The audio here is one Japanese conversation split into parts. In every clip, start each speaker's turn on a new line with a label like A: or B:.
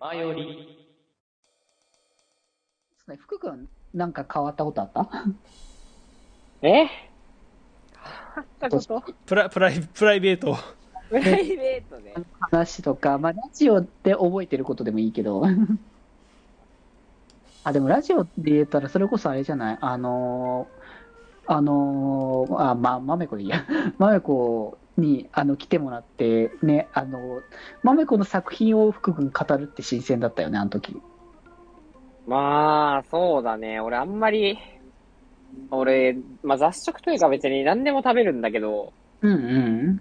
A: 前より、
B: そうね福君、なんか変わったことあった
C: えあったこと
D: プラ、プライ、プライベート。
C: プライベートで。
B: 話とか、まあ、ラジオって覚えてることでもいいけど。 あ、でもラジオで言ったら、それこそあれじゃないあのーあのーあ、ま、まめこでいいや。 まめこに、あの、来てもらって、ね、あのー、まめこの作品を福君語るって新鮮だったよね、あの時。
C: まあ、そうだね。俺あんまり、俺、まあ雑食というか別に何でも食べるんだけど、
B: うんうん。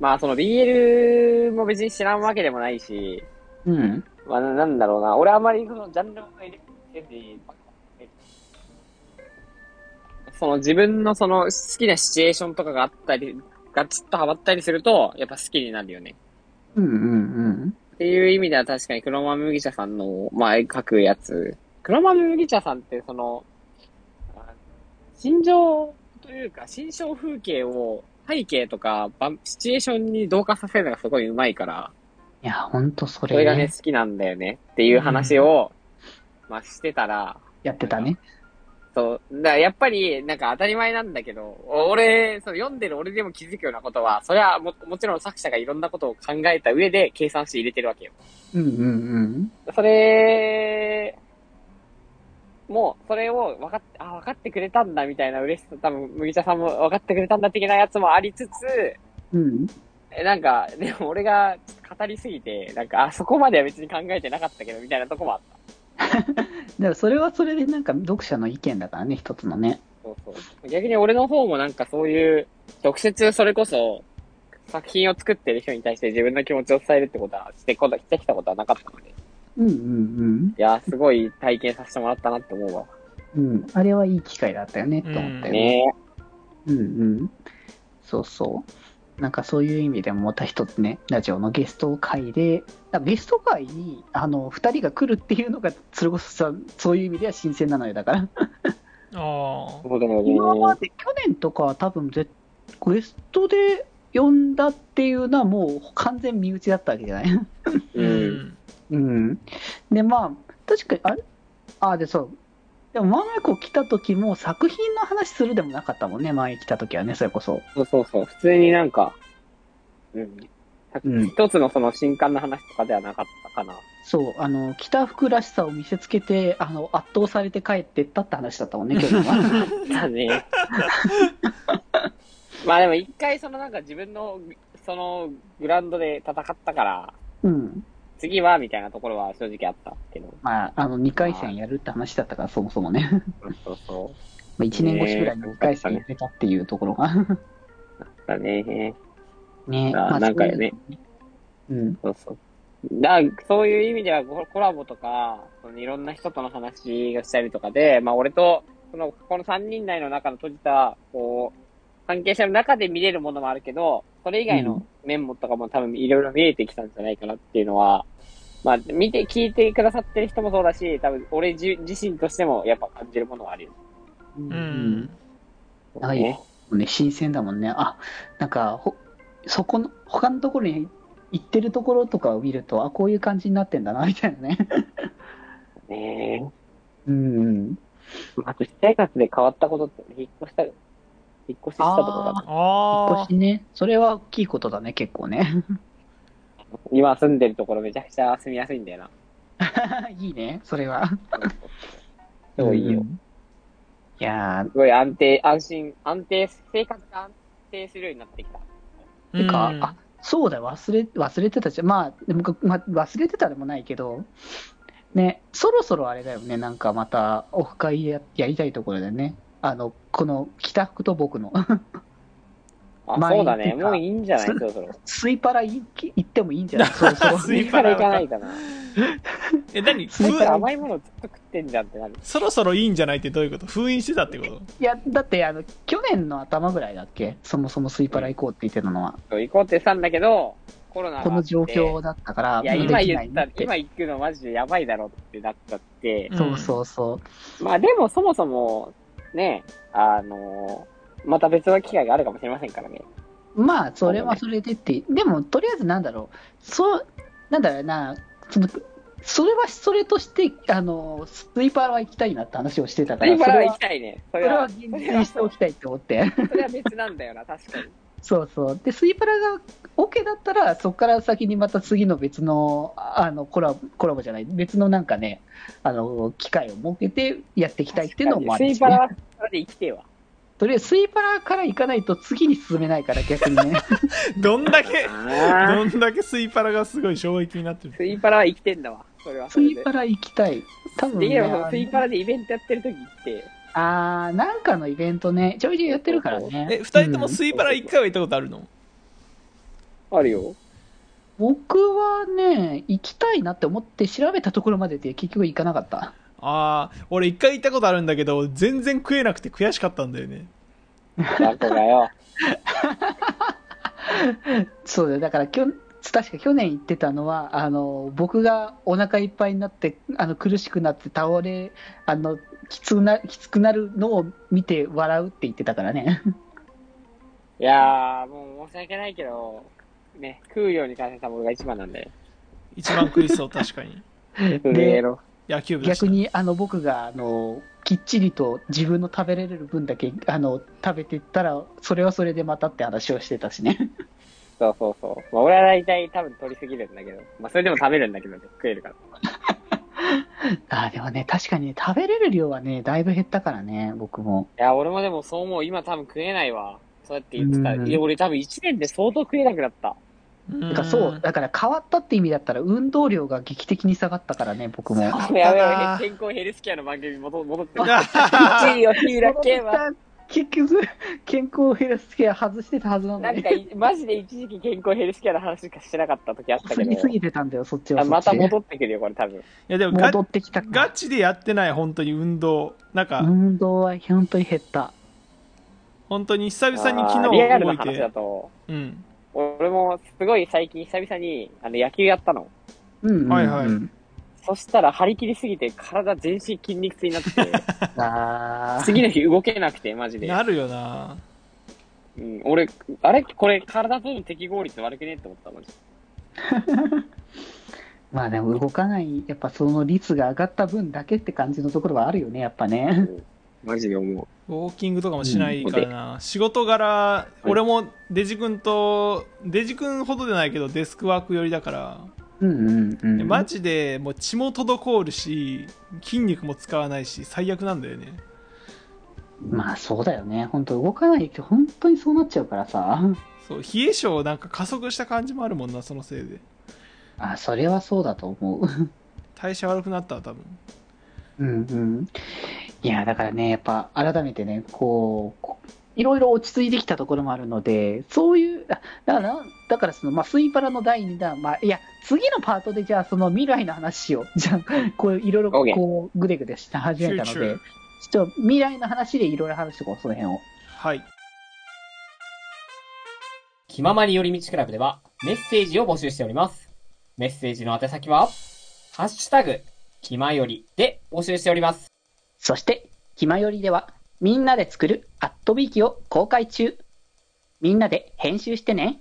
C: まあその BL も別に知らんわけでもないし、
B: うん。
C: まあななんだろうな。俺あんまりそのジャンルを入れてて、その自分のその好きなシチュエーションとかがあったり、ガチッとハマったりすると、やっぱ好きになるよね。
B: うんうん
C: っていう意味では確かに黒豆麦茶さんの、まあ、書くやつ。黒豆麦茶さんって、その、あ心情というか、心象風景を背景とか、ばシチュエーションに同化させるのがすごい上手いから、
B: いや、ほんとそ
C: それが
B: れ、
C: ね、
B: ね、
C: 好きなんだよねっていう話を、まあ、してたら、
B: やってたね。
C: そう、だからやっぱり、なんか当たり前なんだけど、俺、その読んでる俺でも気づくようなことは、それはも、もちろん作者がいろんなことを考えた上で計算して入れてるわけよ。
B: うんうんうん。
C: それ、もう、それを分かって、あ、分かってくれたんだみたいな嬉しさ、多分、麦茶さんも分かってくれたんだ的なやつもありつつ、
B: うん。
C: えなんか、でも俺がちょっと語りすぎて、なんか、あ、そこまでは別に考えてなかったけど、みたいなとこもあった。
B: だからそれはそれでなんか読者の意見だからね、一つのね。
C: そうそう。逆に俺の方もなんかそういう、直接それこそ、作品を作ってる人に対して自分の気持ちを伝えるってことは、してこなしてきたことはなかったので。い
B: うんうん
C: や、すごい体験させてもらったなって思うわ。
B: うん。うん。あれはいい機会だったよね、と思ったよね。
C: ね
B: うんうん。そうそう。なんかそういう意味でもまた一つね、ラジオのゲスト会で、だゲスト会に、あの、二人が来るっていうのが、それこそさ、そういう意味では新鮮なのよ。だから、
D: あ
C: そうだよね。
B: 今まで去年とかは多分ぜ、ゲストで呼んだっていうのはもう完全身内だったわけじゃない
D: あ。
C: うん。。
B: うん。で、まあ、確かに、あれあ、で、そう。でも、マメコ来た時も作品の話するでもなかったもんね、前来た時はね、それこそ。
C: そうそうそう。普通になんか、うん。
B: うん
C: 一つのその新刊の話とかではなかったかな。
B: そう、あの、北福らしさを見せつけて、あの、圧倒されて帰ってったって話だったもんね、去年 は。
C: だね。まあでも一回そのなんか自分の、そのグラウンドで戦ったから、
B: うん。
C: 次はみたいなところは正直あったけど。
B: まあ、あの、2回戦やるって話だったから、そもそもね。
C: そうそ
B: まあ1年越しぐらいに2回戦やれたっていうところが。
C: う。だね。
B: ね、
C: あ
B: まあ、
C: なんかね
B: そういう。うん。
C: そうそう。だそういう意味ではココラボとか、そのいろんな人との話がしたりとかで、まあ俺と、その、この3人内の中の閉じた、こう、関係者の中で見れるものもあるけど、それ以外
B: う
C: の
B: ん
C: 面もとかも多分いろいろ見えてきたんじゃないかなっていうのは、まあ見て、聞いてくださってる人もそうだし、多分俺じ自身としてもやっぱ感じるものはあるよ
B: うん
D: うん。
C: ね。
B: はいね、新鮮だもんね。あ、なんか、ほ、そこの、他のところに行ってるところとかを見ると、あ、こういう感じになってんだな、みたいなね。
C: ねえ。
B: うんうん。
C: まあ、私生活で変わったことって、引っ越した、引っ越ししたとかだ
B: あ
D: あ
B: 少
D: あ
B: し。ね、それは大きいことだね、結構ね。
C: 今住んでるところめちゃくちゃ住みやすいんだよな。
B: いいね、それは。
C: すごいいいよ。
B: うんいやー、
C: すごい安定、安心、安定、生活が安定するようになってきた。
B: てか、
D: うん。
B: あ、そうだ、忘れ、忘れてたじゃん。まあ、でも、ま、忘れてたでもないけど、ね、そろそろあれだよね、なんかまた、オフ会ややりたいところだよね。あの、この、北福と僕の。
C: あ、
B: まあ
C: そうだ
B: いい
C: ね。
B: ってか
C: もういいんじゃない
B: そ
C: そ
B: れ
C: ろそろ。
B: スイパラ行き行ってもいいん じゃないそろそろ
D: ス
C: 次
D: イ
C: か
D: パ
C: ら
D: ラ
C: 行かないかな。
D: え、何
B: スイ
C: だ
B: パ
C: から
D: 封
C: 甘いものずっと食ってんじゃんってなる。
D: そろそろいいんじゃないってどういうこと封印してたってこと
B: いや、だって、あの、去年の頭ぐらいだっけそもそもスイパラ行こうって言ってたのは。
C: そう行こうってしたんだけど、コロナがあって
B: この状況だったから、
C: いや、
B: できな
C: 今言っ
B: い
C: た
B: な、て
C: 今行くのマジでやばいだろってなっちゃって。
B: そうそうそう。
C: まあでもそもそも、ね、あのまた別の機会があるかもしれませんからね。
B: まあ、それはそれでって、でも、とりあえずなんだろう、そう、なんだろうな、そのそれはそれとしてあのスイパラは行きたいなって話をしてた
C: そ
B: か
C: れ
B: らそれ
C: は行
B: は
C: きたいね。そ
B: そ
C: れ
B: れは
C: は、
B: 厳選しておきたいって思って。
C: それは別なんだよな、確かに。
B: そうそう。で、スイパラが OK だったら、そこから先にまた次の別の、あの、コラボ、コラボじゃない、別のなんかね、あの、機会を設けてやっていきたいっていうのもあ
C: ス
B: るんで
C: イ
B: す
C: パ
B: よね
C: ラはそれで生きてえわ。
B: とりあえず、スイパラから行かないと次に進めないから、逆にね。
D: どんだけ、
C: あ
D: どんだけスイパラがすごい衝撃になってる。
C: スイパラは生きてんだわ。それはそ
B: ス
C: れ
B: イ
C: で。
B: パラ行きたい。多分
C: でき
B: ね、
C: れ
B: あ
C: ばそのスイパラでイベントやってる時行って、
B: あーなんかのイベントね、ちょいちょいやってるからね。
D: え、二人とも
B: うん
D: スイパラ一回は行ったことあるの
C: あるよ。
B: 僕はね、行きたいなって思って調べたところまでで結局行かなかった。
D: ああ、俺一回行ったことあるんだけど、全然食えなくて悔しかったんだよね。
C: バカがよ。
B: そうだよだからきょ確か去年言ってたのはあの僕がお腹いっぱいになってあの苦しくなって倒れあのきつくなきつくなるのを見て笑うって言ってたからね
C: いやー、もう申し訳ないけど、ね、食うように感じたものが一番なんで。
D: 一番食いそう、確かに。
C: 上の。
D: 野球部だし
B: 逆にあの僕があのきっちりと自分の食べれる分だけあの食べてったらそれはそれでまたって話をしてたしね
C: そうそうそう。まあ、俺は大体多分取りすぎるんだけど、まあ、それでも食べるんだけどね、食えるから。
B: あーでもね確かにね食べれる量はねだいぶ減ったからね僕も
C: いや、俺もでもそう思う。今多分食えないわ。そうやって言ってた。
B: うん
C: いや、俺多分1年で相当食えなくなった。
D: う
B: だから そうだから変わったって意味だったら運動量が劇的に下がったからね僕も。
D: あ
C: やべや
D: あー
C: べ、健康ヘルスケアの番組戻戻って る。
D: ー
C: 1位をヒーラー系 は。
B: 結局、健康ヘルスケア外してたはずなんだ
C: なん
B: ね。
C: か、いマジで一時期健康ヘルスケアの話しかしてなかった時あったけ
B: 過ぎ
C: ど。
B: すぎてたんだよ、そっち
C: あ
B: はそ
C: ま
B: っち
C: た
B: で。
C: 戻ってくるよ、これ多分。
D: いやでもガ
B: 戻ってきたか
D: ガチでやってない本当に運動なん
B: ら。
D: か
B: 運動は本当に減った。
D: 本当に久々に昨
C: あーリア
D: 日
C: ル
D: 動
C: ない話だ
D: て
C: と、
D: うん
C: 俺もすごい最近久々にあの野球やったの。
B: うん、うん。
D: はいはい
B: うん
C: そしたら張り切りすぎて体全身筋肉痛になって、
B: あー
C: 次の日動けなくて、マジで。
D: なるよな
C: うん、俺、あれこれ体との適合率悪くねって思ったの。
B: まあでも動かない、やっぱその率が上がった分だけって感じのところはあるよね、やっぱね。
C: マジで思う。
D: ウォーキングとかもしないからな仕事柄俺もデジ君とデジ君ほどでないけどデスクワーク寄りだから
B: うんうんう
D: で
B: ん。
D: マジでもう血も滞るし筋肉も使わないし最悪なんだよね
B: まあそうだよね。本当動かないって本当にそうなっちゃうからさ。
D: そう冷え性なんか加速した感じもあるもんなそのせいで
B: あ、それはそうだと思う。
D: 代謝悪くなったわ多分
B: うんうん、いやだからね、やっぱ改めてね、こうこいろいろ落ち着いてきたところもあるので、そういう、あだから、だからその、まあ、スイパラの第2弾、まあ、いや、次のパートで、じゃあ、その未来の話を、じゃあ、こういろいろ
C: OK
B: こう、ぐでぐでして始めたの
D: Future
B: で、ちょっと未来の話でいろいろ話してこう、その辺を。
D: はい
C: 気ままに寄り道クラブではメッセージを募集しております。メッセージの宛先は、ハッシュタグ、気まよりで募集しております。
B: そして、ひまよりでは、みんなで作るアットビーキを公開中。みんなで編集してね。